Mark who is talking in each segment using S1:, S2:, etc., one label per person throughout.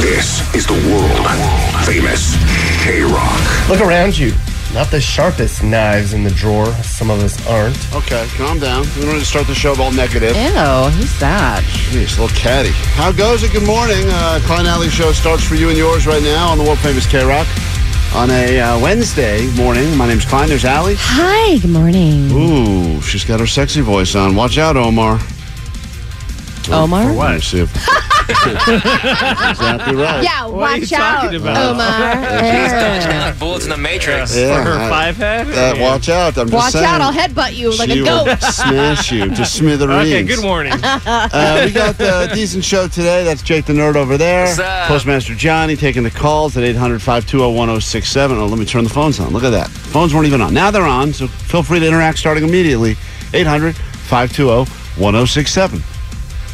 S1: This is the world famous K Rock.
S2: Look around you. Not the sharpest knives in the drawer. Some of us aren't.
S3: Okay, calm down. We don't need to start the show all negative.
S4: Ew, who's that?
S3: Jeez, a little catty. How goes it? Good morning. Uh, Klein Alley Show starts for you and yours right now on the world famous K Rock on a uh, Wednesday morning. My name's Klein. There's Alley.
S4: Hi, good morning.
S3: Ooh, she's got her sexy voice on. Watch out, Omar.
S4: Omar?
S3: Let me see if- exactly right.
S5: Yeah, watch out, Omar.
S6: bullets in the matrix.
S3: Yeah,
S7: her
S3: I-
S7: five head?
S3: uh, watch out. I'm
S5: watch
S3: just saying.
S5: out, I'll headbutt you like
S3: she
S5: a goat.
S3: will smash you to smithereens.
S7: Okay, good morning.
S3: Uh, we got the decent show today. That's Jake the Nerd over there.
S6: What's up?
S3: Postmaster Johnny taking the calls at 800 520 1067. Oh, let me turn the phones on. Look at that. Phones weren't even on. Now they're on, so feel free to interact starting immediately. 800 520 1067.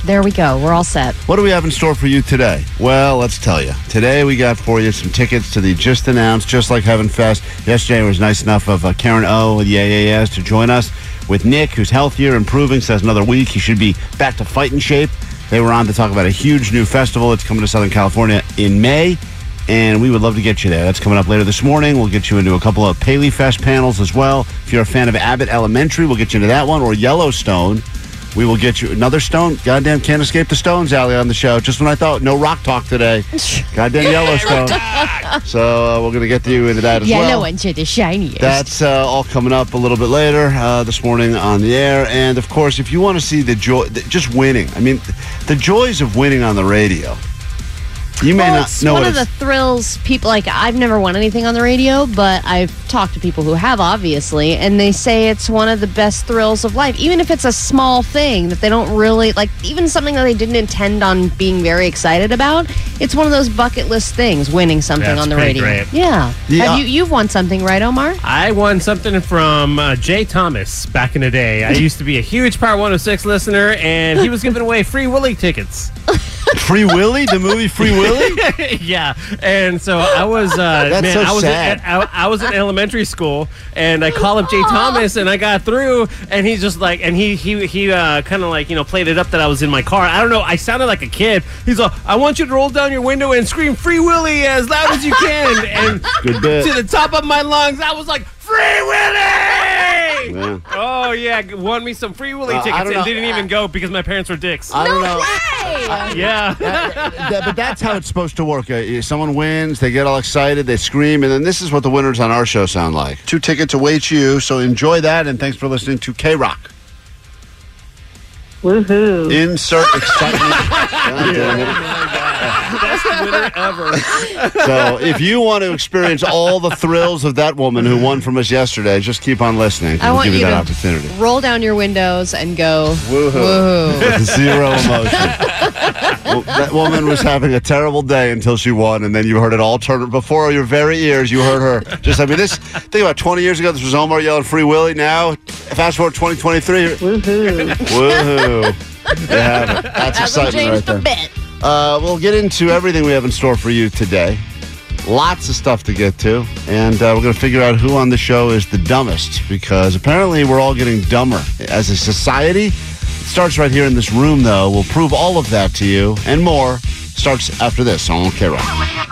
S4: There we go. We're all set.
S3: What do we have in store for you today? Well, let's tell you. Today we got for you some tickets to the just announced Just Like Heaven Fest. Yesterday it was nice enough of uh, Karen O with the AAS to join us with Nick, who's healthier, improving, says another week he should be back to fighting shape. They were on to talk about a huge new festival that's coming to Southern California in May, and we would love to get you there. That's coming up later this morning. We'll get you into a couple of Paley Fest panels as well. If you're a fan of Abbott Elementary, we'll get you into that one, or Yellowstone. We will get you another stone. Goddamn, can't escape the stones, Allie, on the show. Just when I thought no rock talk today. Goddamn Yellowstone. so uh, we're going to get to you into that as well.
S4: Yellow and to the shiniest.
S3: That's uh, all coming up a little bit later uh, this morning on the air. And of course, if you want to see the joy, the, just winning. I mean, th- the joys of winning on the radio. You may
S4: well,
S3: not
S4: it's
S3: know
S4: one
S3: what
S4: of the
S3: it's-
S4: thrills people like I've never won anything on the radio, but I've talked to people who have obviously, and they say it's one of the best thrills of life. Even if it's a small thing that they don't really like even something that they didn't intend on being very excited about, it's one of those bucket list things, winning something
S7: That's
S4: on the
S7: pretty
S4: radio.
S7: great.
S4: Yeah.
S3: Yeah.
S4: Have you you've won something, right, Omar?
S7: I won something from uh, Jay Thomas back in the day. I used to be a huge Power 106 listener, and he was giving away free Willy tickets.
S3: Free Willy, the movie Free Willy.
S7: yeah, and so I was, uh,
S3: That's
S7: man,
S3: so
S7: I was
S3: sad.
S7: At, I, I was in elementary school, and I called up Jay Thomas, and I got through, and he's just like, and he he he uh, kind of like you know played it up that I was in my car. I don't know, I sounded like a kid. He's like, I want you to roll down your window and scream "Free Willy" as loud as you can, and
S3: Good bit.
S7: to the top of my lungs, I was like, "Free Willy!"
S3: Yeah.
S7: Oh yeah, g- won me some free Willy
S3: Uh, I
S7: tickets
S3: don't
S7: and
S3: know.
S7: didn't even go because my parents were dicks.
S3: I don't know.
S7: yeah.
S3: That- but that's how it's supposed to work. Uh, someone wins, they get all excited, they scream, and then this is what the winners on our show sound like. Two tickets await you, so enjoy that, and thanks for listening to K Rock. Woohoo! Insert excitement. God damn it. So if you want to experience all the thrills of that woman who won from us yesterday, just keep on listening.
S4: I
S3: we'll
S4: want
S3: give you,
S4: you
S3: that
S4: to
S3: opportunity.
S4: roll down your windows and go
S3: Woohoo.
S4: woohoo.
S3: With zero emotion. Well, that woman was having a terrible day until she won, and then you heard it all turn before your very ears. You heard her just. I mean, this think about 20 years ago. This was Omar yelling "Free Willy." Now, fast forward 2023. Woohoo! Woohoo! They have it. That's
S4: Hasn't
S3: excitement right
S4: changed
S3: there.
S4: a bit.
S3: Uh, we'll get into everything we have in store for you today. Lots of stuff to get to, and uh, we're going to figure out who on the show is the dumbest because apparently we're all getting dumber as a society. It starts right here in this room, though. We'll prove all of that to you and more. Starts after this on K Rock.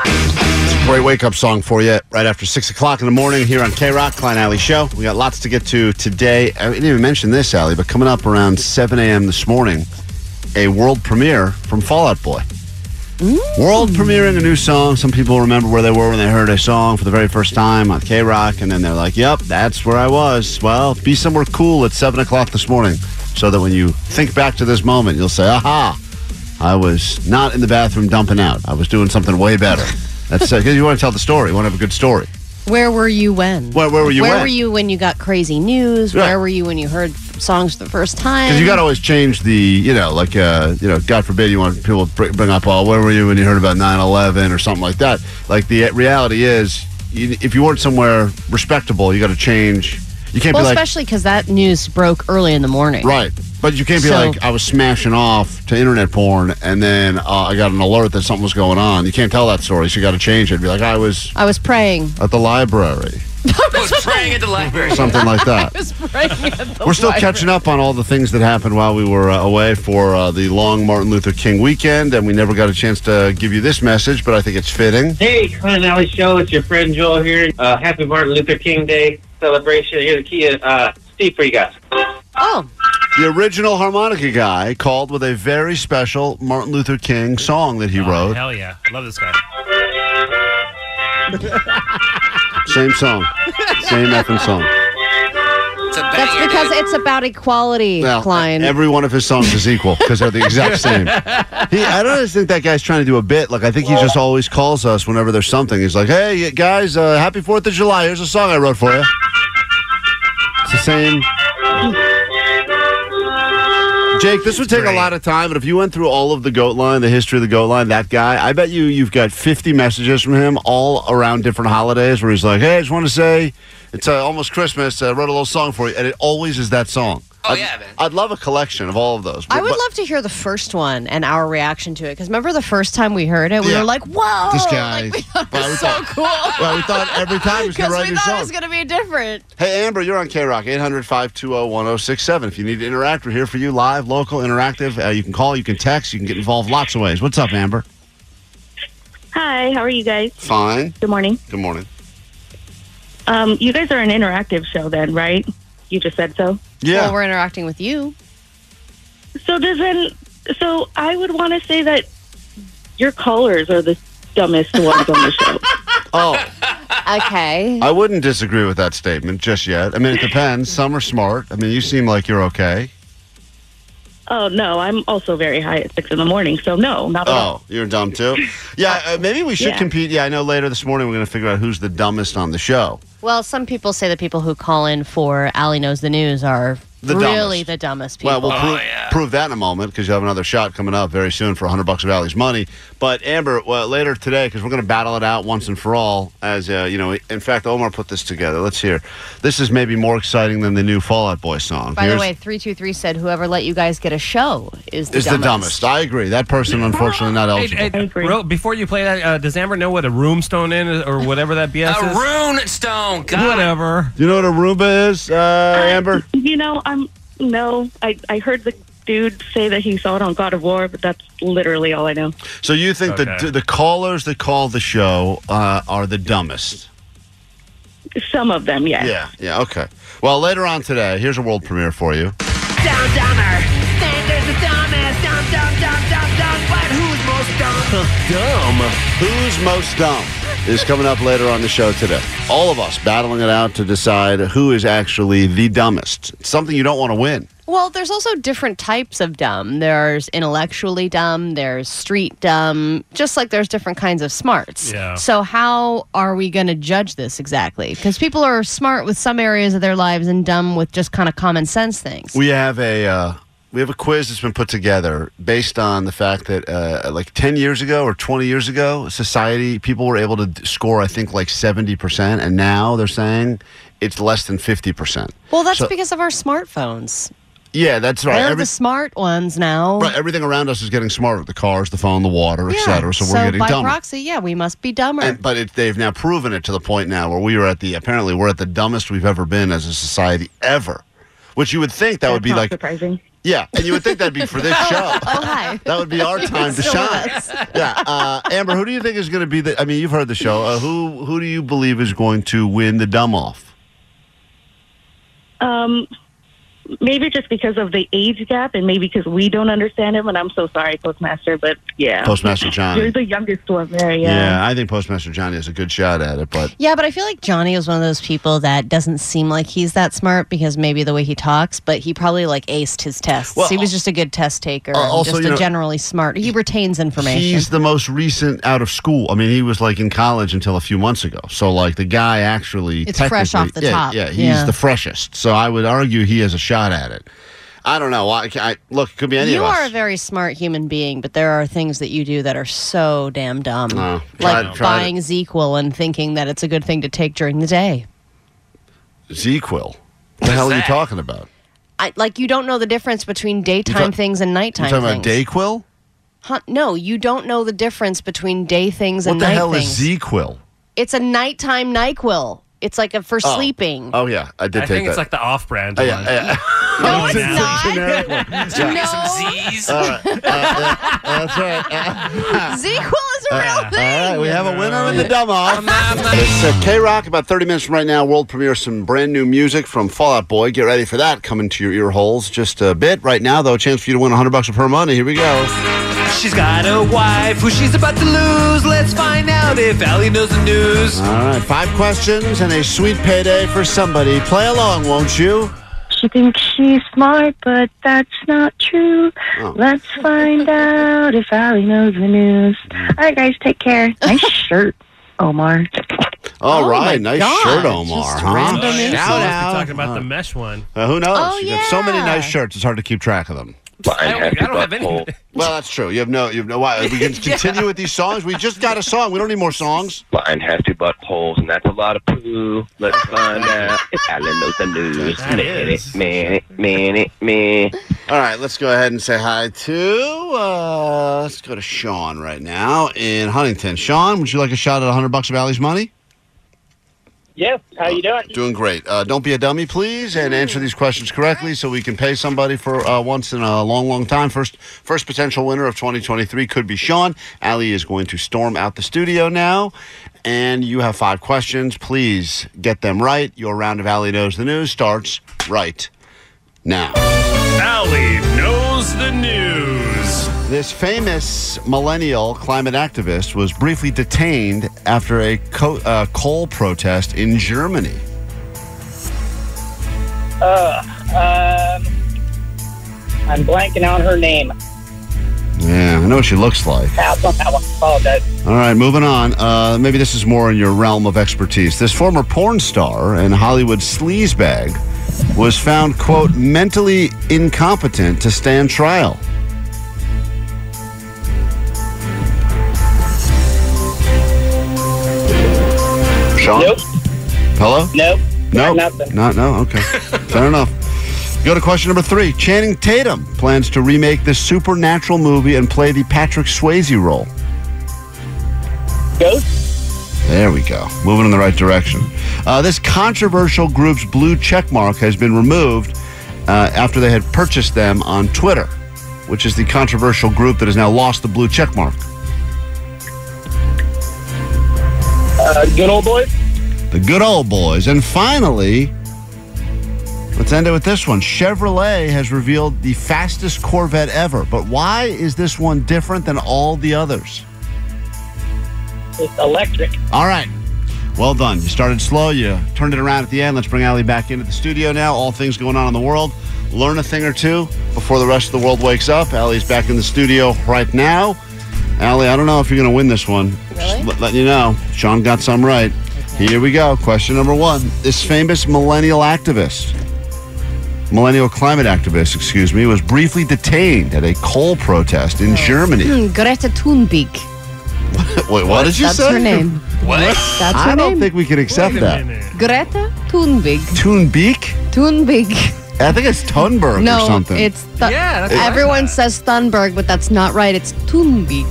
S3: It's a great wake up song for you right after six o'clock in the morning here on K Rock Klein Alley Show. We got lots to get to today. I didn't even mention this, Alley, but coming up around 7 a.m. this morning, a world premiere from Fallout Boy. World premiering a new song. Some people remember where they were when they heard a song for the very first time on K Rock, and then they're like, yep, that's where I was. Well, be somewhere cool at 7 o'clock this morning so that when you think back to this moment, you'll say, aha, I was not in the bathroom dumping out. I was doing something way better. That's because you want to tell the story, you want to have a good story.
S4: Where were you when?
S3: Where- where were you
S4: Where
S3: when?
S4: were you when you got crazy news?
S3: Yeah.
S4: Where were you when you heard f- songs for the first time?
S3: Because you got to always change the, you know, like, uh, you know, God forbid you want people to br- bring up, oh, where were you when you heard about 9 11 or something like that? Like, the uh, reality is, you, if you weren't somewhere respectable, you got to change. You can't
S4: well,
S3: be like,
S4: especially because that news broke early in the morning.
S3: right. But you can't be
S4: So-
S3: like, I was smashing off to internet porn and then uh, I got an alert that something was going on. You can't tell that story, so you got to change it. Be like, I was
S4: I was praying.
S3: at the library,
S6: praying at the library.
S3: something like that. We're still catching up on all the things that happened while we were uh, away for uh, the long Martin Luther King weekend, and we never got a chance to give you this message, but I think it's fitting.
S8: Hey, Con and Alley Show. It's your friend Joel here. Uh, happy Martin Luther King Day celebration. Here's a key. Uh, Steve for you guys.
S4: Oh,
S3: The original harmonica guy called with a very special Martin Luther King song that he wrote.
S7: Hell yeah. I love this guy.
S3: Same song, same effing song.
S6: It's a banger,
S4: that's because
S6: dude.
S4: it's about equality,
S3: Well, e-,
S4: Klein.
S3: every one of his songs is equal because they're the exact same. He, I don't just think that guy's trying to do a bit. Like I think he just always calls us whenever there's something. He's like, "Hey guys, uh, happy Fourth of July. Here's a song I wrote for you." It's the same. Jake, this would take a lot of time, but if you went through all of the goat line, the history of the goat line, that guy, I bet you you've got 50 messages from him all around different holidays where he's like, hey, I just want to say it's uh, almost Christmas. I wrote a little song for you. And it always is that song.
S6: Oh,
S3: I'd-
S6: yeah, man.
S3: I'd love a collection of all of those.
S4: I would
S3: But-
S4: love to hear the first one and our reaction to it because remember the first time we heard it, we
S3: Yeah.
S4: were like, "Whoa!"
S3: This guy.
S4: like, we thought it
S3: Well, we
S4: was so
S3: thought-
S4: cool
S3: Well, we thought every time he was going to
S4: because
S3: write
S4: we
S3: new
S4: thought it
S3: songs.
S4: was going to be different.
S3: Hey, Amber, you're on K Rock, 800 520 1067. If you need to interact, we're here for you live, local, interactive. Uh, you can call, you can text, you can get involved lots of ways. What's up, Amber?
S9: Hi, how are you guys?
S3: Fine.
S9: Good morning.
S3: Good morning.
S9: Um, you guys are an interactive show, then, right? You just said so.
S3: Yeah.
S4: Well, we're interacting with you.
S9: So doesn't so I would want to say that your callers are the dumbest ones on the show.
S3: oh.
S4: Okay.
S3: I wouldn't disagree with that statement just yet. I mean, it depends. Some are smart. I mean, you seem like you're okay.
S9: Oh no, I'm also very high at six in the morning, so no, not at
S4: Uh-huh.
S9: all.
S3: Oh, you're dumb too. Yeah, uh, maybe we should
S9: Yeah.
S3: compete. Yeah, I know later this morning we're going to figure out who's the dumbest on the show.
S4: Well, some people say the people who call in for Allie Knows the News are
S3: The
S4: really
S3: dumbest.
S4: the dumbest
S3: Well,
S4: people.
S3: we'll prove, prove that in a moment because you have another shot coming up very soon for 100 bucks of Allie's money. But Amber, well, later today because we're going to battle it out once and for all. As uh, you know, in fact, Omar put this together. Let's hear. This is maybe more exciting than the new Fallout Boy song.
S4: By
S3: Here's-
S4: the way, 323 said whoever let you guys get a show is the
S3: is the
S4: dumbest.
S3: dumbest. I agree. That person, unfortunately, not eligible.
S7: Hey, hey,
S9: agree.
S7: Ro, before you play that, uh, does Amber know what a room stone is or whatever that BS
S6: a
S7: is?
S6: rune stone. God.
S7: Whatever.
S3: Do you know what Aruba is, uh, Amber?
S9: You know, I'm no. I I heard the dude say that he saw it on God of War, but that's literally all I know.
S3: So you think
S7: Okay.
S3: the the callers that call the show uh, are the dumbest?
S9: Some of them, yes.
S3: Yeah, yeah, okay. Well, later on today, here's a world premiere for you. Who's most dumb is coming up later on the show today. All of us battling it out to decide who is actually the dumbest. It's something you don't want to win.
S4: Well, there's also different types of dumb. There's intellectually dumb, there's street dumb, just like there's different kinds of smarts.
S7: Yeah.
S4: So, how are we going to judge this exactly? Because people are smart with some areas of their lives and dumb with just kind of common sense things.
S3: We have a uh, we have a quiz that's been put together based on the fact that uh, like ten years ago or twenty years ago, society people were able to d- score I think like seventy percent, and now they're saying it's less than fifty percent.
S4: well, that's
S3: so-
S4: because of our smartphones.
S3: Yeah, that's right.
S4: They're
S3: Every-
S4: the smart ones now.
S3: right, Everything around us is getting smarter: the cars, the phone, the water, et cetera. So we're getting
S4: by
S3: dumber.
S4: proxy, yeah, we must be dumber.
S3: And, but it, they've now proven it to the point now where we are at the apparently we're at the dumbest we've ever been as a society ever, which you would think that would
S9: That's
S3: be
S9: not
S3: like
S9: surprising.
S3: yeah, and you would think that'd be for this show.
S4: oh, hi.
S3: That would be our time to
S4: Still
S3: shine.
S4: with us.
S3: Yeah, uh, Amber, who do you think is going to be the? I mean, you've heard the show. Uh, who who do you believe is going to win the dumb off?
S9: Um, maybe just because of the age gap, and maybe because we don't understand him. And I'm so sorry, Postmaster, but yeah,
S3: Postmaster Johnny.
S9: you're the youngest one there. Yeah.
S3: Yeah, I think Postmaster Johnny has a good shot at it, but
S4: Yeah, but I feel like Johnny is one of those people that doesn't seem like he's that smart because maybe the way he talks, but he probably like aced his tests.
S3: Well,
S4: he was just a good test taker,
S3: uh,
S4: and
S3: also,
S4: just
S3: you
S4: a
S3: know,
S4: generally smart. He retains information.
S3: he's the most recent out of school. I mean, he was like in college until a few months ago. So, like, the guy actually.
S4: It's fresh off the
S3: technically- yeah,
S4: top.
S3: Yeah, he's
S4: Yeah.
S3: the freshest. So, I would argue he has a shot at it. I don't know. I, I, look, it could be any
S4: You
S3: of us.
S4: are a very smart human being, but there are things that you do that are so damn dumb.
S3: No, Oh, try- try
S4: like
S3: to-
S4: buying Zequel and thinking that it's a good thing to take during the day.
S3: ZQL. What the hell are you
S6: that?
S3: talking about?
S4: I, like you don't know the difference between daytime
S3: ta-
S4: things and nighttime
S3: You talking about
S4: things.
S3: Dayquil?
S4: Huh, no, you don't know the difference between day things
S3: What
S4: and
S3: the
S4: night
S3: hell
S4: things.
S3: is ZQL?
S4: It's a nighttime NyQuil. It's like a for sleeping.
S3: Oh yeah, I did
S7: I
S3: take
S7: think
S3: that.
S7: it's like the off-brand.
S3: Oh,
S7: one.
S3: yeah, yeah.
S4: no, it's
S7: yeah.
S4: not.
S3: Generic one.
S6: Give me
S3: Yeah.
S6: some Z's.
S3: That's right.
S4: ZQL is a real thing.
S3: All right, we have a winner in the dumb off.
S6: I'm out of money.
S3: It's uh, K Rock. About 30 minutes from right now, world premiere some brand new music from Fallout Boy. Get ready for that coming to your ear holes just a bit. Right now, though, a chance for you to win 100 bucks per money. Here we go.
S6: She's got a wife who she's about to lose. Let's find out if Allie knows the news.
S3: All right, five questions and a sweet payday for somebody. Play along, won't you?
S9: She thinks she's smart, but that's not true.
S3: Oh.
S9: Let's find out if Ali knows the news.
S3: Mm.
S9: All right, guys, take care. Nice shirt, Omar.
S3: All
S4: Oh,
S3: right,
S4: my
S3: nice
S4: God.
S3: shirt, Omar.
S4: Just
S3: huh?
S4: random
S7: Oh, yeah.
S4: Shout
S7: Someone must be
S3: out.
S7: talking about the mesh one.
S3: Uh, who knows?
S4: Oh,
S3: you have so many
S4: yeah.
S3: nice shirts; it's hard to keep track of them.
S6: I don't, I don't have any.
S3: Well, that's true. You have no, you have no. Why? We can continue with these songs. We just got a song. We don't need more songs.
S10: Mine has two butt holes, and that's a lot of poo. Let's find out if Alan knows the news.
S7: That is.
S10: Minute, minute, minute.
S3: All right, let's go ahead and say hi to. Uh, let's go to Sean right now in Huntington. Sean, would you like a shot at 100 bucks of Allie's money?
S8: Yes. How you doing?
S3: Doing great. Uh, don't be a dummy, please, and answer these questions correctly so we can pay somebody for uh, once in a long, long time. First, first potential winner of 2023 could be Sean. Allie is going to storm out the studio now, and you have five questions. Please get them right. Your round of Allie knows the news starts right now.
S7: Allie knows the news.
S3: This famous millennial climate activist was briefly detained after a co- uh, coal protest in Germany.
S8: Um, I'm blanking on her name.
S3: Yeah, I know what she looks like.
S8: I apologize.
S3: All right, moving on. Uh, maybe this is more in your realm of expertise. This former porn star and Hollywood sleazebag was found, quote, mentally incompetent to stand trial. Sean?
S8: Nope.
S3: Hello?
S8: Nope.
S3: No,
S8: Nothing.
S3: Not no. Okay, fair enough. Go to question number three. Channing Tatum plans to remake this supernatural movie and play the Patrick Swayze role.
S8: Ghost?
S3: There we go. Moving in the right direction. Uh, this controversial group's blue check mark has been removed uh, after they had purchased them on Twitter, which is the controversial group that has now lost the blue check mark.
S8: Uh, good old boy?
S3: the good old boys. And finally, let's end it with this one. Chevrolet has revealed the fastest Corvette ever, but why is this one different than all the others?
S8: It's electric.
S3: All right. Well done. You started slow. You turned it around at the end. Let's bring Allie back into the studio now. All things going on in the world. Learn a thing or two before the rest of the world wakes up. Allie's back in the studio right now. Allie, I don't know if you're going to win this one. Just let- letting you know. Sean got some right. Here we go. Question number one. This famous millennial activist, millennial climate activist, excuse me, was briefly detained at a coal protest in Germany.
S4: Hmm, Greta Thunberg.
S3: Wait, what did you
S4: That's
S3: say?
S4: her name.
S6: What?
S4: That's her
S3: I don't
S4: name.
S3: think we can accept
S7: Wait a
S3: that.
S7: minute.
S4: Greta Thunberg.
S3: Toonbeek?
S4: Thunberg.
S3: I think it's Tunberg or
S4: No,
S3: something.
S4: Oh, it's Thu-
S7: Yeah, that's what I
S4: everyone
S7: thought.
S4: says Thunberg, but that's not right. It's Thunberg.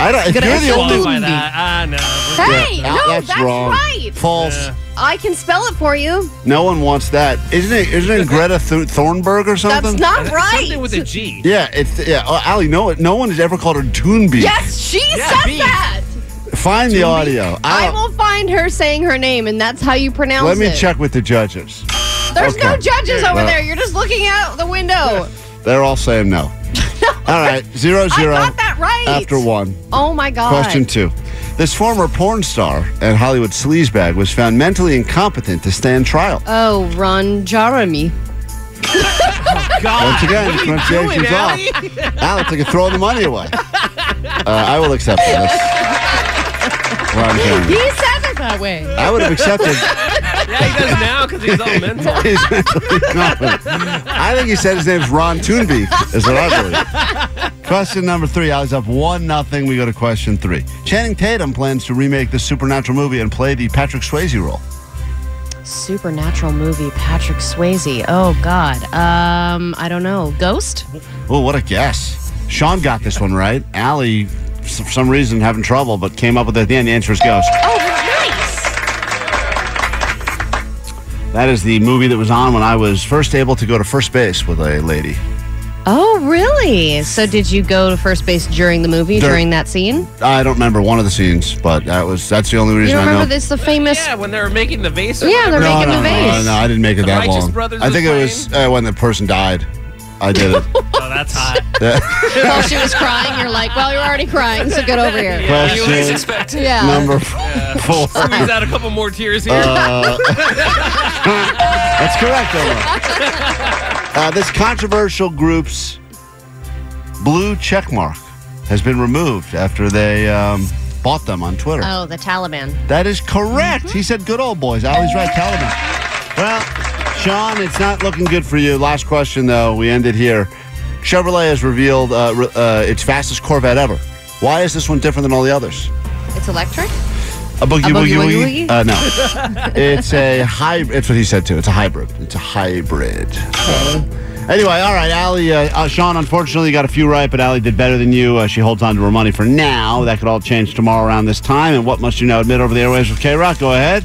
S3: I don't. If
S4: Gonna
S3: you're the
S4: have to
S3: only.
S4: qualify.
S7: Qualify that. Ah, no.
S4: Hey,
S3: Yeah,
S4: no,
S3: that's
S4: that's,
S3: wrong.
S4: right.
S3: False.
S7: Yeah.
S4: I can spell it for you.
S3: No one wants that. Isn't it? Isn't it Greta Th- Thornburg or something?
S4: That's not
S7: Something
S4: right.
S7: with a G.
S3: Yeah, it's yeah. Oh, Ali, no, no one has ever called her Toonbeak.
S4: Yes, she
S7: Yeah,
S4: said
S7: beef.
S4: that.
S3: Find the audio.
S4: I
S3: don't-
S4: will find her saying her name, and that's how you pronounce
S3: Oh. Let
S4: it.
S3: me check with the judges.
S4: There's no
S3: Okay. Uh,
S4: judges over
S3: Well,
S4: there. You're just looking out the window.
S3: They're all saying no. all right, zero zero.
S4: I got that right.
S3: After one.
S4: Oh my god.
S3: Question two. This former porn star and Hollywood sleazebag was found mentally incompetent to stand trial.
S4: Oh, Ron Jeremy.
S3: Once again,
S4: Oh, What are you
S3: pronunciation's
S4: doing,
S3: off.
S4: Allie?
S3: Al, it's like you're throwing the money away. Uh, I will accept that. That's what I'm
S4: He
S3: doing.
S4: says it that way.
S3: I would have accepted.
S7: yeah, he does now because he's all mental.
S3: He's mentally incompetent. I think he said his name's Ron Toonbeef, is what I believe. Question number three. I was up one nothing. We go to question three. Channing Tatum plans to remake the supernatural movie and play the Patrick Swayze role.
S4: Supernatural movie, Patrick Swayze. Oh God. Um, I don't know. Ghost?
S3: Oh, what a guess. Sean got this one right. Allie, s- for some reason, having trouble, but came up with it at the end. The answer is Ghost.
S4: Oh, nice.
S3: That is the movie that was on when I was first able to go to first base with a lady.
S4: Oh, really? So did you go to first base during the movie,
S3: Dur-
S4: during that scene?
S3: I don't remember one of the scenes, but that was that's the only
S4: You
S3: reason
S4: don't
S3: I know.
S4: remember this? The famous.
S7: Yeah, when they were making the vase. or
S4: Yeah,
S7: whatever.
S4: they're
S3: no,
S4: making
S3: no,
S4: the
S3: no,
S4: vase.
S3: no, no, I didn't make it
S7: The
S3: that
S7: Righteous
S3: long.
S7: Brothers
S3: I
S7: was
S3: think it
S7: playing?
S3: was uh, when the person died. I did it.
S7: Oh, that's hot.
S4: While she was crying, you're like, well, you're already crying, so get over here.
S7: Yeah, you always
S3: Question
S7: expect it.
S4: Yeah.
S3: number f- four.
S7: Squeeze out a couple more tears here.
S3: Uh, That's correct, Omar. uh, this controversial group's blue check mark has been removed after they um, bought them on Twitter.
S4: Oh, the Taliban.
S3: That is correct. He said good old boys. Ali's right. Taliban. Well, Sean, it's not looking good for you. Last question, though. We end it here. Chevrolet has revealed uh, re- uh, its fastest Corvette ever. Why is this one different than all the others?
S4: It's electric?
S3: A boogie,
S4: boogie
S3: woogie, woogie?
S4: woogie woogie?
S3: Uh, no. it's a hybrid. It's what he said, too. It's a hybrid. It's a hybrid. Anyway, all right, Allie. Uh, uh, Sean, unfortunately, got a few right, but Allie did better than you. Uh, she holds on to her money for now. That could all change tomorrow around this time. And what must you know? Admit over the airways with K Rock. Go ahead.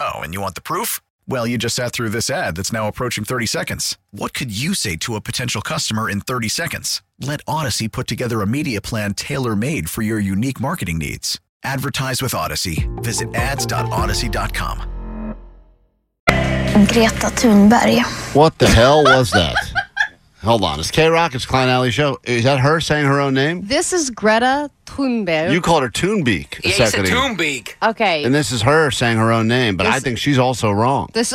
S11: Oh, and you want the proof? Well, you just sat through this ad that's now approaching 30 seconds. What could you say to a potential customer in 30 seconds? Let Odyssey put together a media plan tailor made for your unique marketing needs. Advertise with Odyssey. Visit ads.odyssey.com.
S12: Greta Thunberg.
S3: What the hell was that? Hold on. It's K Rock. It's Klein Alley Show. Is that her saying her own name?
S4: This is Greta Thunberg.
S3: You called her Toonbeak a second ago.
S7: beak.
S4: okay.
S3: And this is her saying her own name, but I think she's also wrong.
S4: This.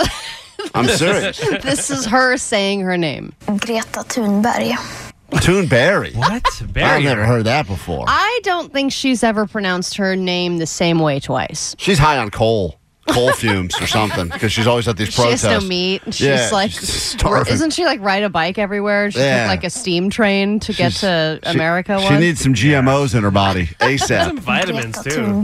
S3: I'm serious.
S4: this is her saying her name.
S12: Greta Thunberg.
S3: Toonberry.
S7: What?
S3: I've never heard that before.
S4: I don't think she's ever pronounced her name the same way twice.
S3: She's high on coal, coal fumes or something, because she's always at these
S4: She has
S3: protests.
S4: no meat. She's
S3: Yeah,
S4: like,
S3: she's starving.
S4: isn't she like ride a bike everywhere? She
S3: Yeah.
S4: took like a steam train to get
S3: She's-
S4: to
S3: she-
S4: America.
S3: She
S4: once.
S3: needs some GMOs in her body
S7: Some
S3: ASAP.
S7: vitamins too.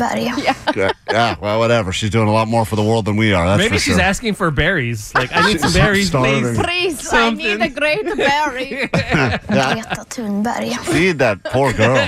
S12: Yeah.
S3: yeah, well, whatever. She's doing a lot more for the world than we are. That's
S7: Maybe
S3: for
S7: she's
S3: sure.
S7: asking for berries. Like I need some
S3: She's
S7: berries,
S3: starving.
S7: please.
S4: Please,
S7: Something.
S4: I need a great berry.
S3: Yeah.
S12: Greta Thunberg.
S3: feed that poor girl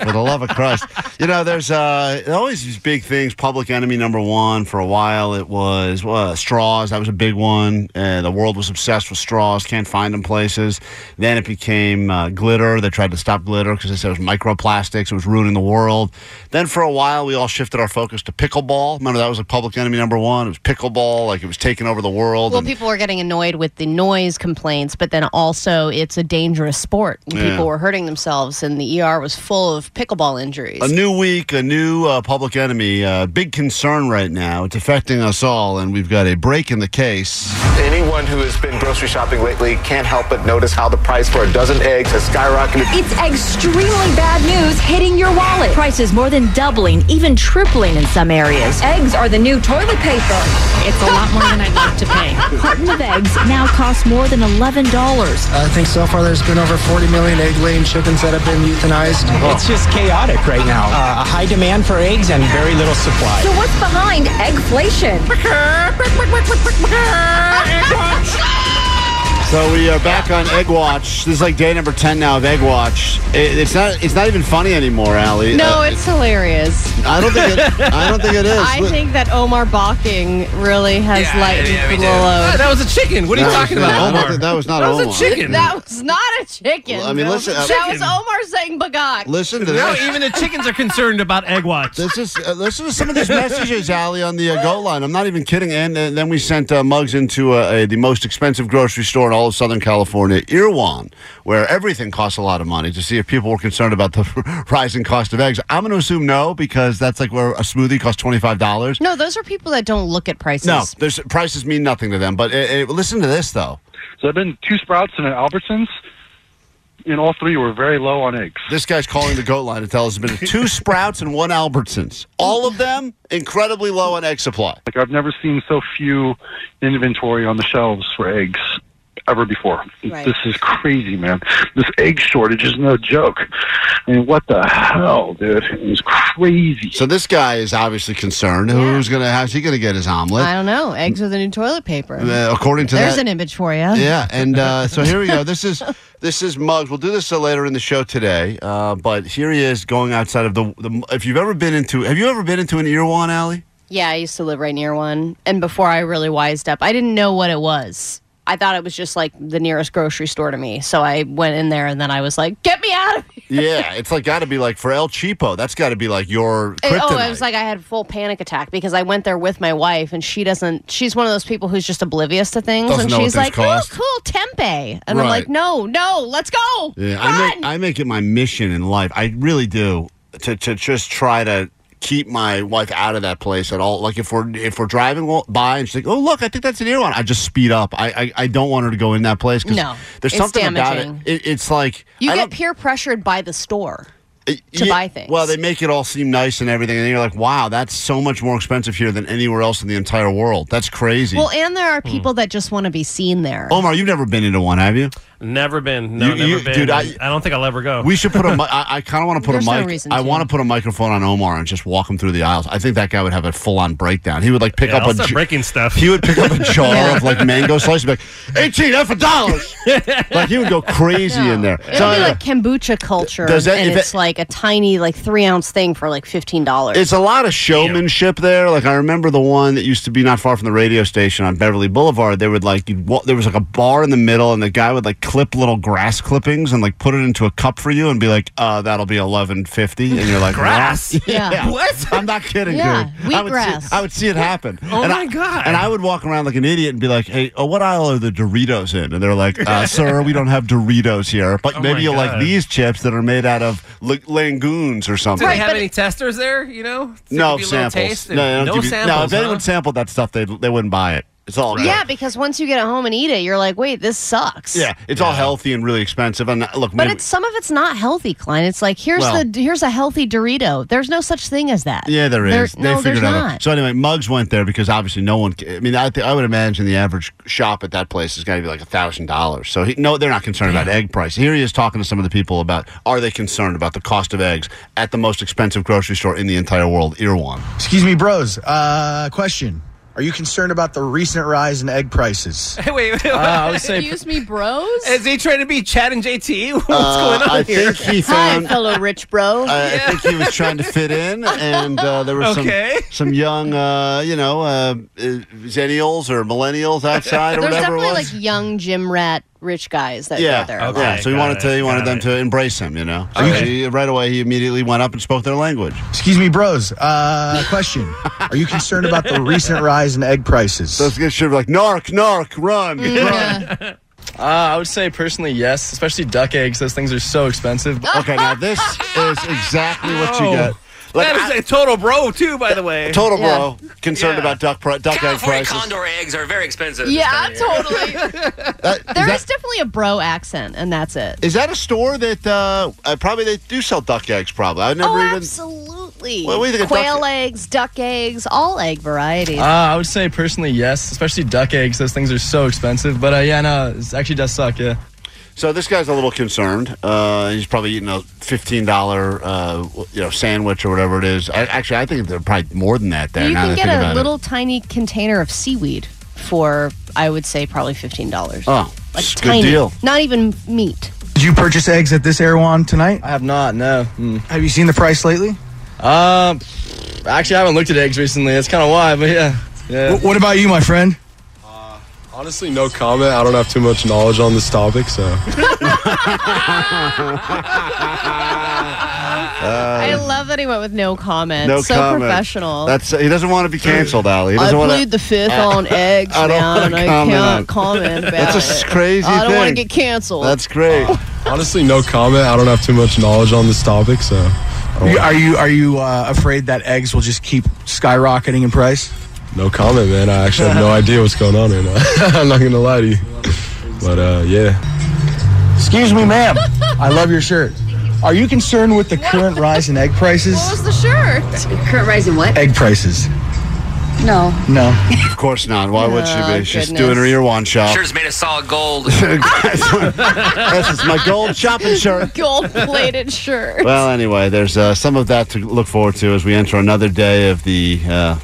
S3: for the love of christ you know there's uh always these big things public enemy number one for a while it was uh, straws that was a big one uh, the world was obsessed with straws can't find them places then it became uh, glitter they tried to stop glitter because they said it was microplastics it was ruining the world then for a while we all shifted our focus to pickleball remember that was a public enemy number one it was pickleball like it was taking over the world
S4: Well,
S3: and-
S4: people were getting annoyed with the noise complaints, but then also it's a dangerous sport. and
S3: Yeah.
S4: People were hurting themselves, and the ER was full of pickleball injuries.
S3: A new week, a new uh, public enemy, uh, big concern right now. It's affecting us all, and we've got a break in the case.
S13: Anyone who has been grocery shopping lately can't help but notice how the price for a dozen eggs has skyrocketed.
S14: It's extremely bad news hitting your wallet. Prices more than doubling, even tripling in some areas. Eggs are the new toilet paper. It's a lot more than I'd like to pay. A carton of eggs now costs more than $11.
S15: I think so far there's been over 40 million egg laying chickens that have been euthanized.
S16: Uh,
S3: It's just
S15: is chaotic right now. Uh, a high demand for eggs and very little supply.
S14: So what's behind eggflation?
S3: So we are back on Egg Watch. This is like day number ten now of Egg Watch. It, it's not. It's not even funny anymore, Allie.
S4: No,
S3: Uh,
S4: it's hilarious.
S3: I don't think it- I don't think it is.
S4: I
S3: Look-
S4: think that Omar Balking really has lightened
S3: yeah, we
S4: the
S3: do.
S4: load.
S6: uh,
S3: Ah, that was a chicken. What are you
S7: That talking was- about,
S3: I don't Omar? think- that was not That was a Omar. chicken.
S4: That was not a chicken.
S3: Well, I mean,
S4: That
S3: listen,
S4: was-
S3: uh,
S4: that was
S3: chicken.
S4: Omar saying bagak.
S3: Listen to
S7: No,
S3: this.
S7: even the chickens are concerned about egg watch.
S3: This is uh, listen to some of these messages, Allie, on the uh, goal line. I'm not even kidding. And uh, then we sent uh, mugs into uh, a, the most expensive grocery store in all of Southern California, Irwan, where everything costs a lot of money, to see if people were concerned about the rising cost of eggs. I'm going to assume no, because that's like where a smoothie costs twenty five dollars.
S4: No, those are people that don't look at prices.
S3: No, there's, prices mean nothing to them. But uh, uh, listen to this though.
S17: So I've been to two Sprouts and an Albertsons, and all three were very low on eggs.
S3: This guy's calling the goat line to tell us there's been two Sprouts and one Albertsons. All of them incredibly low on egg supply.
S17: Like I've never seen so few inventory on the shelves for eggs ever before.
S3: Right.
S17: This is crazy, man. This egg shortage is no joke. I mean, what the hell, dude? It's crazy.
S3: So this guy is obviously concerned. Who's gonna? How's he gonna get his omelet?
S4: I don't know. Eggs are the new toilet paper.
S3: Uh, according to
S4: There's
S3: that-
S4: an image for you.
S3: Yeah, and uh, so here we go. This is this is Muggs. We'll do this uh, later in the show today. Uh, but here he is going outside of the, the. If you've ever been into, have you ever been into an Irwan alley?
S4: Yeah, I used to live right near one. And before I really wised up, I didn't know what it was. I thought it was just like the nearest grocery store to me. So I went in there and then I was like, get me out of here.
S3: Yeah, it's like got to be like for El Cheapo. That's got to be like your
S4: And-
S3: kryptonite.
S4: oh, I was like, I had a full panic attack because I went there with my wife and she doesn't, she's one of those people who's just oblivious to things.
S3: Doesn't
S4: and
S3: know what
S4: she's
S3: things
S4: like,
S3: cost."
S4: oh, cool, tempeh. And I'm
S3: Right.
S4: like, no, no, let's go.
S3: Yeah, I make, I make it my mission in life. I really do to, to just try to keep my wife out of that place at all. Like if we're if we're driving wa- by and she's like, "Oh, look, I think that's an Irwan," I just speed up. I I, I don't want her to go in that place 'cause
S4: No,
S3: there's
S4: it's
S3: something about it.
S4: damaging.
S3: it. It's like
S4: You
S3: I
S4: get
S3: don't-
S4: peer pressured by the store. to
S3: yeah,
S4: buy things.
S3: Well, they make it all seem nice and everything, and then you're like, "Wow, that's so much more expensive here than anywhere else in the entire world." That's crazy.
S4: Well, and there
S3: Hmm.
S4: are people that just want to be seen there.
S3: Omar, you've never been into one, have you?
S7: Never been. No,
S3: You-
S7: never
S3: you-
S7: been.
S3: dude,
S7: I,
S3: I-
S7: don't think I'll ever go.
S3: We should put a. mi- I, I kind of want to put
S7: There's
S3: a
S7: no
S3: mic.
S7: reason
S3: I
S7: to.
S3: want to put a microphone on Omar and just walk him through the aisles. I think that guy would have a full on breakdown. He would like pick
S7: Yeah,
S3: up
S7: I'll
S3: a
S7: start
S3: j-
S7: breaking stuff.
S3: He would pick up a jar of like mango slices, and be like eighteen for dollars. like he would go crazy in there.
S4: It'll
S3: So,
S4: be
S3: anyway,
S4: like kombucha culture,
S3: Does that-
S4: and
S3: if
S4: it's
S3: it-
S4: like a tiny, like three ounce thing for like fifteen dollars.
S3: it's a lot of showmanship there. Like I remember the one that used to be not far from the radio station on Beverly Boulevard. They would like you'd wa- there was like a bar in the middle, and the guy would like clip little grass clippings and like put it into a cup for you, and be like, "Uh, that'll be eleven fifty and you're like,
S7: Grass?
S3: "What?"
S7: Yeah.
S3: What? I'm not kidding,
S7: Yeah,
S3: dude. I would, see,
S7: wheatgrass.
S3: I would see it happen.
S7: Oh
S3: and
S7: my
S3: I,
S7: God.
S3: And I would walk around like an idiot and be like, "Hey, oh, what aisle are the Doritos in?" And they're like, uh, "Sir, we don't have Doritos here, but
S7: Oh my
S3: maybe you'll like
S7: God.
S3: these chips that are made out of l- langoons or
S7: Do
S3: something."
S7: they have any testers there? You know, So
S3: No
S7: give you a little
S3: samples.
S7: taste and-
S3: they don't
S7: no
S3: give you- No, if
S7: samples,
S3: anyone
S7: huh?
S3: sampled that stuff, they they wouldn't buy it. It's all
S4: Yeah, because once you get it home and eat it, you're like, wait, this sucks.
S3: yeah. It's all healthy and really expensive. And uh, look,
S4: But
S3: maybe-
S4: it's some of it's not healthy, Klein. It's like here's
S3: Well-
S4: the here's a healthy Dorito. There's no such thing as that.
S3: yeah, there is.
S4: no,
S3: they figured
S4: there's
S3: out.
S4: not.
S3: So anyway, Muggs went there because obviously no one. I mean, I, th- I would imagine the average shop at that place is going to be like a thousand dollars. So he, no, they're not concerned about egg price. Here he is talking to some of the people about are they concerned about the cost of eggs at the most expensive grocery store in the entire world, Irwan.
S18: Excuse me, bros. Uh, question. Are you concerned about the recent rise in egg prices?
S7: Hey, wait, wait.
S18: Uh, I would say-
S7: Excuse me, bros. Is he trying to be Chad and JT? What's
S3: Uh,
S7: going on
S3: I
S7: here?
S3: think he found- Hi,
S4: fellow rich bro.
S3: um, I, I think he was trying to fit in, and uh, there were
S7: Okay.
S3: some some young, uh, you know, uh, uh, zennials or millennials outside or
S4: There's
S3: whatever it
S4: definitely
S3: was.
S4: like young gym rat rich guys that
S3: yeah,
S4: go there.
S3: yeah. So he
S18: got
S3: wanted to, he wanted them to embrace him, you know. So he- right away, he immediately went up and spoke their language.
S18: Excuse me, bros. Uh, question. Are you concerned about the recent rise in egg prices?
S3: Those guys should be like, narc, narc, run,
S4: Mm.
S3: run.
S16: Uh, I would say personally, yes, especially duck eggs. Those things are so expensive. Uh,
S3: okay, now this is exactly what you get. Like,
S7: Oh. that is a total bro too, by the way.
S3: Total bro, concerned about duck pri- duck egg prices.
S6: eggs are very expensive.
S4: Yeah, totally. There is
S3: that-
S4: definitely a bro accent, and that's it.
S3: Is that a store that uh, uh, probably they do sell duck eggs? Probably, I've never
S4: oh,
S3: even.
S4: absolutely.
S3: Well, we think of duck-
S4: Quail eggs, duck eggs, all egg varieties.
S16: Uh, I would say personally, yes, especially duck eggs. Those things are so expensive. But uh, yeah, no, it actually does suck. Yeah.
S3: So this guy's a little concerned. Uh, he's probably eating a fifteen dollar, uh, you know, sandwich or whatever it is. I, actually, I think they're probably more than that. There,
S4: you
S3: now that
S4: can
S3: I
S4: get
S3: think
S4: a
S3: about it.
S4: little tiny container of seaweed for, I would say, probably fifteen dollars.
S3: Oh,
S4: a
S3: it's a good
S4: tiny,
S3: deal.
S4: Not even meat.
S18: Did you purchase eggs at this Erewhon tonight?
S16: I have not. No. Hmm.
S18: Have you seen the price lately?
S16: Um, actually, I haven't looked at eggs recently. That's kind of why, but yeah. yeah.
S18: What about you, my friend?
S19: Uh, Honestly, no comment. I don't have too much knowledge on this topic, so.
S4: I love that he went with no comment.
S3: Uh, no
S4: so
S3: comment.
S4: professional.
S3: That's he doesn't want to be canceled, Ali. He
S4: I
S3: doesn't want
S4: plead the fifth on eggs,
S3: I don't
S4: man,
S3: wanna
S4: and I
S3: comment on
S4: can't
S3: it.
S4: comment about
S3: That's a
S4: it.
S3: s- crazy
S4: I don't want to
S3: thing.
S4: get canceled.
S3: great.
S19: Honestly, no comment. I don't have too much knowledge on this topic, so. I don't-
S18: You- Are you are you uh, afraid that eggs will just keep skyrocketing in price?
S19: No comment, man. I actually have no idea what's going on right now. I'm not gonna lie to you. But uh, yeah,
S18: Excuse me, ma'am. I love your shirt. Are you concerned with the current rise in egg prices?
S4: was the shirt?
S20: Kurt Rising what?
S18: Egg prices.
S20: No.
S18: No.
S3: Of course not. Why would she be?
S20: Oh,
S3: She's
S20: goodness.
S3: doing her ear one shop.
S6: Shirt's made of solid gold.
S3: this is my gold shopping shirt.
S4: Gold plated shirt.
S3: Well, anyway, there's uh, some of that to look forward to as we enter another day of the uh,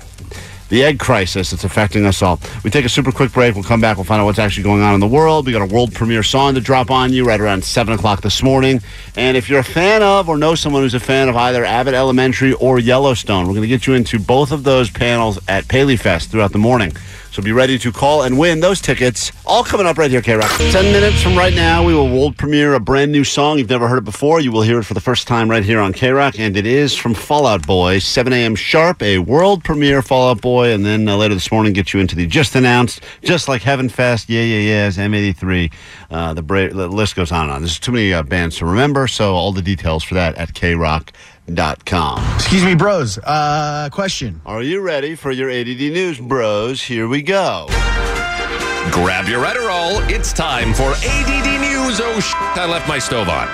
S3: the egg crisis that's affecting us all. We take a super quick break. We'll come back. We'll find out what's actually going on in the world. We got a world premiere song to drop on you right around seven o'clock this morning. And if you're a fan of or know someone who's a fan of either Abbott Elementary or Yellowstone, we're going to get you into both of those panels at Paley Fest throughout the morning. So be ready to call and win those tickets. All coming up right here, K Rock. 10 minutes from right now, we will world premiere a brand new song. You've never heard it before. You will hear it for the first time right here on K Rock. And it is from Fallout Boy, 7 a.m. sharp, a world premiere Fallout Boy. And then uh, later this morning, get you into the just announced, just like Heaven Fest, Yeah, Yeah, Yeahs, M83. Uh, the, bra- the list goes on and on. There's too many uh, bands to remember. So all the details for that at krock.com.
S18: Excuse me, bros. Uh, question.
S3: Are you ready for your ADD news, bros? Here we go.
S21: Grab your Adderall. It's time for ADD News. Oh, sh- I left my stove on.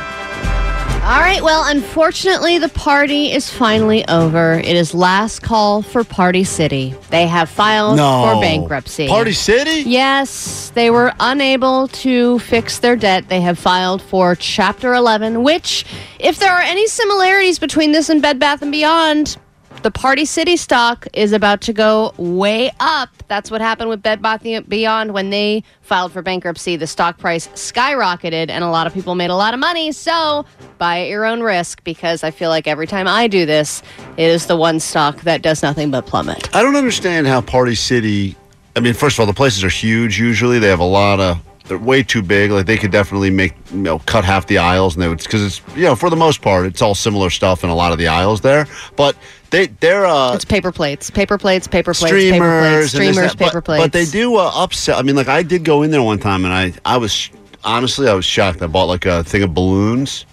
S4: All right. Well, unfortunately, the party is finally over. It is last call for Party City. They have filed
S3: No.
S4: for bankruptcy.
S3: Party City?
S4: Yes. They were unable to fix their debt. They have filed for Chapter 11, which, if there are any similarities between this and Bed Bath and Beyond, the Party City stock is about to go way up. That's what happened with Bed Bath and Beyond when they filed for bankruptcy. The stock price skyrocketed, and a lot of people made a lot of money. So buy at your own risk because I feel like every time I do this, it is the one stock that does nothing but plummet.
S3: I don't understand how Party City. I mean, first of all, the places are huge. Usually, they have a lot of. They're way too big. Like they could definitely make you know cut half the aisles, and they would because it's you know for the most part it's all similar stuff in a lot of the aisles there. But they they're uh,
S4: It's paper plates, paper plates, paper plates, paper plates,
S3: streamers, and this,
S4: streamers,
S3: that.
S4: paper
S3: but,
S4: plates.
S3: But they do uh, upsell. I mean, like I did go in there one time, and I I was sh- honestly I was shocked. I bought like a thing of balloons,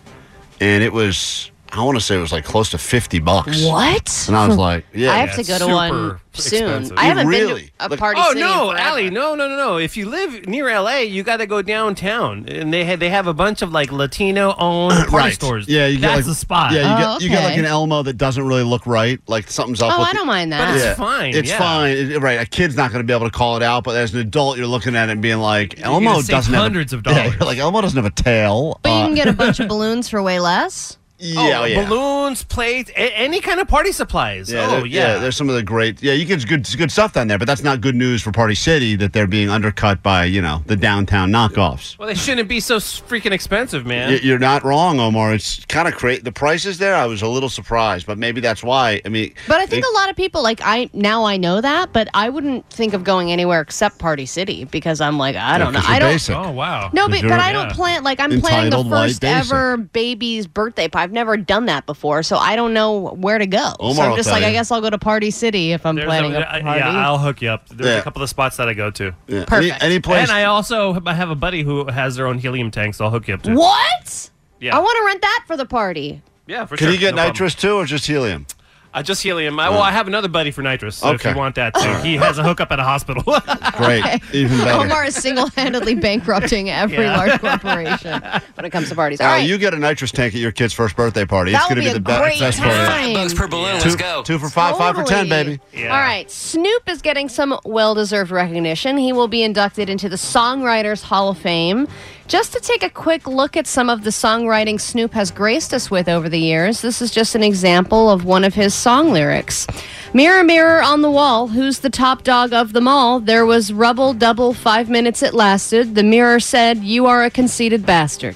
S3: and it was I want to say it was like close to fifty bucks.
S4: What?
S3: And I was like, yeah,
S4: I have to go to one soon. I haven't been
S3: Really?
S4: to a party.
S7: oh
S4: city
S7: no,
S4: in
S7: Allie, no, no, no, no. If you live near LA, you got to go downtown, and they had they have a bunch of like Latino-owned party
S3: right.
S7: stores.
S3: Yeah, you get
S7: that's
S3: like,
S7: the spot.
S3: Yeah, you, get, you get like
S4: Oh, okay.
S3: an Elmo that doesn't really look right. Like something's up.
S4: Oh,
S3: with
S4: I
S3: the-
S4: don't mind that. But it's
S7: fine,
S3: It's
S7: yeah.
S3: fine. It- right, a kid's not going to be able to call it out, but as an adult, you're looking at it and being like, Elmo
S7: gonna save
S3: doesn't have
S7: hundreds of
S3: Yeah, you're like Elmo doesn't have a tail.
S4: But you
S3: Uh,
S4: can get a bunch of balloons for way less.
S3: yeah,
S7: Oh,
S3: yeah.
S7: balloons, plates, a- any kind of party supplies.
S3: yeah,
S7: oh
S3: there- There's some of the great. Yeah, you get good good stuff down there, but that's not good news for Party City that they're being undercut by you know the downtown knockoffs.
S7: Well, they shouldn't be so freaking expensive, man.
S3: Y- You're not wrong, Omar. It's kind of crazy. The prices there, I was a little surprised, but maybe that's why. I mean,
S4: But I think
S3: it-
S4: a lot of people like I now I know that, but I wouldn't think of going anywhere except Party City because I'm like I don't know. I don't.
S7: Oh wow.
S4: No, but, but I don't plan like I'm planning the
S3: Entitled white
S4: first
S3: basic.
S4: ever baby's birthday party. I've never done that before, so I don't know where to go.
S3: Omar
S4: so
S3: will
S4: I'm just
S3: tell
S4: like
S3: you.
S4: I guess I'll go to Party City if I'm
S7: There's
S4: planning a,
S7: a- I-
S4: party.
S7: Yeah, I'll hook you up. There's
S3: Yeah.
S7: a couple of spots that I go to.
S3: Yeah. Any- Perfect. any place-
S7: And I also have- I have a buddy who has their own helium tank, so I'll hook you up too.
S4: What?
S7: Yeah.
S4: I want to rent that for the party.
S7: Yeah, for
S3: Can
S7: sure.
S3: you get
S7: No problem.
S3: nitrous too, or just helium?
S7: Uh, just helium. I, well, I have another buddy for nitrous. So If
S3: Okay.
S7: you want that too, he has a hookup at a hospital.
S3: Great, even better.
S4: Omar is single-handedly bankrupting every
S7: Yeah.
S4: large corporation when it comes to parties.
S3: Uh,
S4: All right.
S3: You get a nitrous tank at your kid's first birthday party.
S4: That
S3: it's going
S4: would
S3: to be,
S4: be
S3: the
S4: a
S3: best,
S4: great
S3: best party.
S4: time. Bucks per
S3: balloon. Let's go. Two for five, five for ten,
S4: Totally.
S3: baby.
S4: All right. Snoop is getting some well deserved recognition. He will be inducted into the Songwriters Hall of Fame. Just to take a quick look at some of the songwriting Snoop has graced us with over the years, this is just an example of one of his song lyrics. Mirror, mirror on the wall, who's the top dog of them all? There was rubble, double, five minutes it lasted. The mirror said, You are a conceited bastard.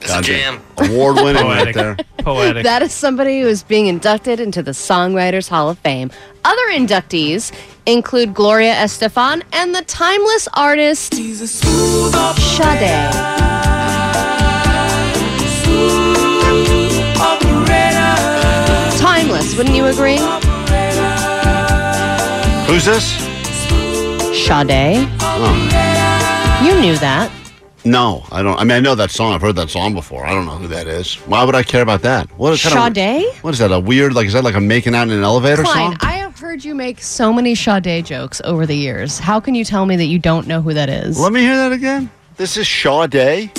S3: It's a jam. Award winning right there.
S7: Poetic. Poetic.
S4: That is somebody who is being inducted into the Songwriters Hall of Fame. Other inductees include Gloria Estefan and the timeless artist Sade. Timeless, wouldn't you agree?
S3: Who's this?
S4: Sade.
S3: Oh,
S4: You knew that.
S3: no, I don't. I mean, I know that song. I've heard that song before. I don't know who that is. Why would I care about that? What kind of,
S4: Sade?
S3: What is that? A weird like? Is that like a making out in an elevator
S4: Klein,
S3: song?
S4: I have heard you make so many Sade jokes over the years. How can you tell me that you don't know who that is?
S3: Let me hear that again. This is Shaw Day.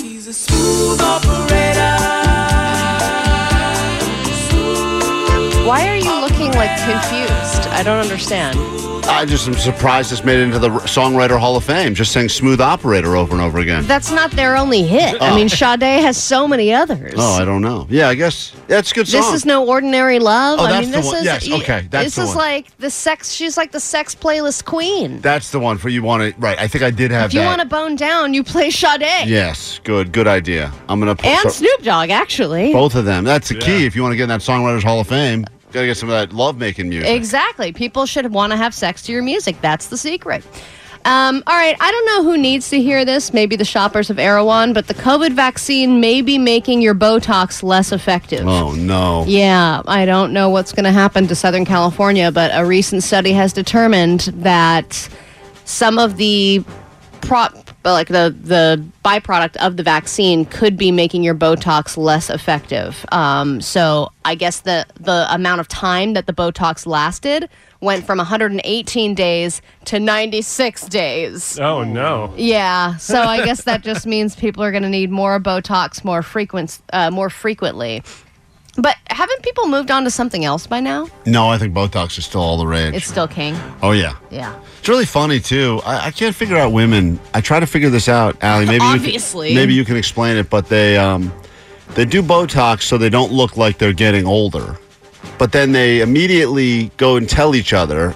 S4: Why are you looking like confused? I don't understand.
S3: I just am surprised this made it into the R- Songwriter Hall of Fame. Just saying "Smooth Operator" over and over again.
S4: That's not their only hit. I
S3: Oh.
S4: mean, Sade has so many others.
S3: Oh, I don't know. Yeah, I guess that's a good song.
S4: This is no ordinary love.
S3: Oh,
S4: I
S3: that's
S4: mean,
S3: the
S4: this
S3: one.
S4: is
S3: Yes, okay, that's
S4: this
S3: the
S4: is
S3: one.
S4: like the sex. She's like the sex playlist queen.
S3: That's the one for you want to right. I think I did have
S4: If you
S3: that.
S4: want to bone down, you play Sade
S3: yes, good, good idea. I'm gonna put
S4: and
S3: so-
S4: Snoop Dogg. Actually,
S3: both of them. That's the key if you want to get in that Songwriters Hall of Fame. Gotta get some of that love making music.
S4: Exactly. People should want to have sex to your music. That's the secret. Um, all right. I don't know who needs to hear this. Maybe the shoppers of Erewhon, but the COVID vaccine may be making your Botox less effective.
S3: Oh no.
S4: Yeah, I don't know what's going to happen to Southern California, but a recent study has determined that some of the prop like the the byproduct of the vaccine could be making your botox less effective um, so i guess the the amount of time that the botox lasted went from 118 days to 96 days
S7: Oh no.
S4: yeah, so I guess that just means people are going to need more Botox more frequent, uh, more frequently. But haven't people moved on to something else by now?
S3: No, I think Botox is still all the rage.
S4: It's still king.
S3: oh yeah.
S4: Yeah.
S3: It's really funny too. I, I can't figure out women. I try to figure this out, Allie. Maybe
S4: Obviously.
S3: you can, maybe you can explain it. But they um, they do Botox so they don't look like they're getting older. But then they immediately go and tell each other,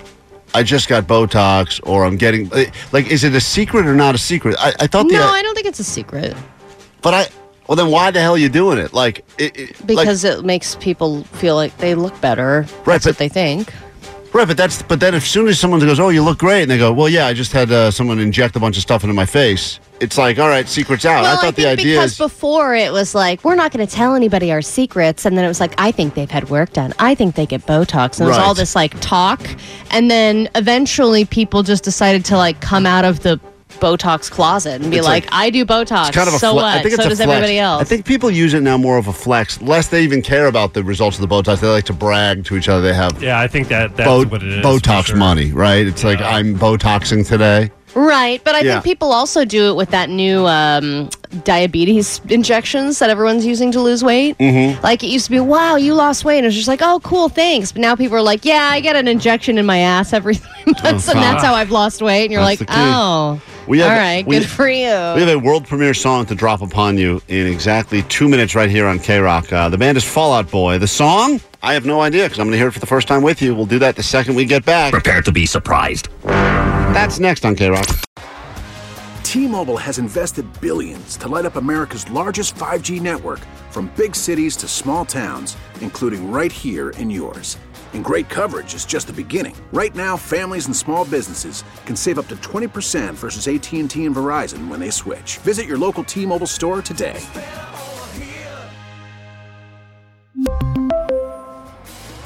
S3: "I just got Botox," or "I'm getting." eh, Like, is it a secret or not a secret? I, I thought the.
S4: No, I don't think it's a secret
S3: but I. Well, then why the hell are you doing it? Like, it, it, like-
S4: because it makes people feel like they look better. That's what they think.
S3: Right, but that's but then as soon as someone goes, "Oh, you look great," and they go, "Well, yeah, I just had uh, someone inject a bunch of stuff into my face," it's like, "All right, secret's out."
S4: well,
S3: I thought
S4: think
S3: the idea
S4: because
S3: is
S4: before it was like we're not going to tell anybody our secrets, and then it was like I think they've had work done. I think they get Botox, and it was
S3: Right.
S4: all this like talk, and then eventually people just decided to like come out of the Botox closet and be
S3: It's
S4: like,
S3: like-
S4: I do Botox.
S3: it's kind of a
S4: so
S3: fle-
S4: what?
S3: I think it's
S4: so
S3: a
S4: does
S3: flex.
S4: everybody else.
S3: I think people use it now more of a flex, less they even care about the results of the Botox. They like to brag to each other they have
S7: Yeah, I think that that's
S3: Bo-
S7: what it is.
S3: Botox money, right? It's like I'm Botoxing today.
S4: Right, but I
S3: Yeah.
S4: think people also do it with that new um, diabetes injections that everyone's using to lose weight.
S3: Mhm.
S4: Like it used to be, wow, you lost weight, and it's just like, oh, cool, thanks. But now people are like, yeah, I get an injection in my ass every three months, and that's
S3: fuck.
S4: how I've lost weight. And you're
S3: Uh-huh. That's
S4: like,
S3: the key.
S4: oh,
S3: We have-
S4: all right,
S3: we-
S4: good for you.
S3: We have a world premiere song to drop upon you in exactly two minutes right here on K Rock. Uh, the band is Fallout Boy. The song, I have no idea because I'm going to hear it for the first time with you. We'll do that the second we get back. Prepare to be surprised. That's next on K Rock.
S5: T-Mobile has invested billions to light up America's largest 5G network from big cities to small towns, including right here in yours. And great coverage is just the beginning. Right now, families and small businesses can save up to 20% versus AT&T and Verizon when they switch. Visit your local T-Mobile store today.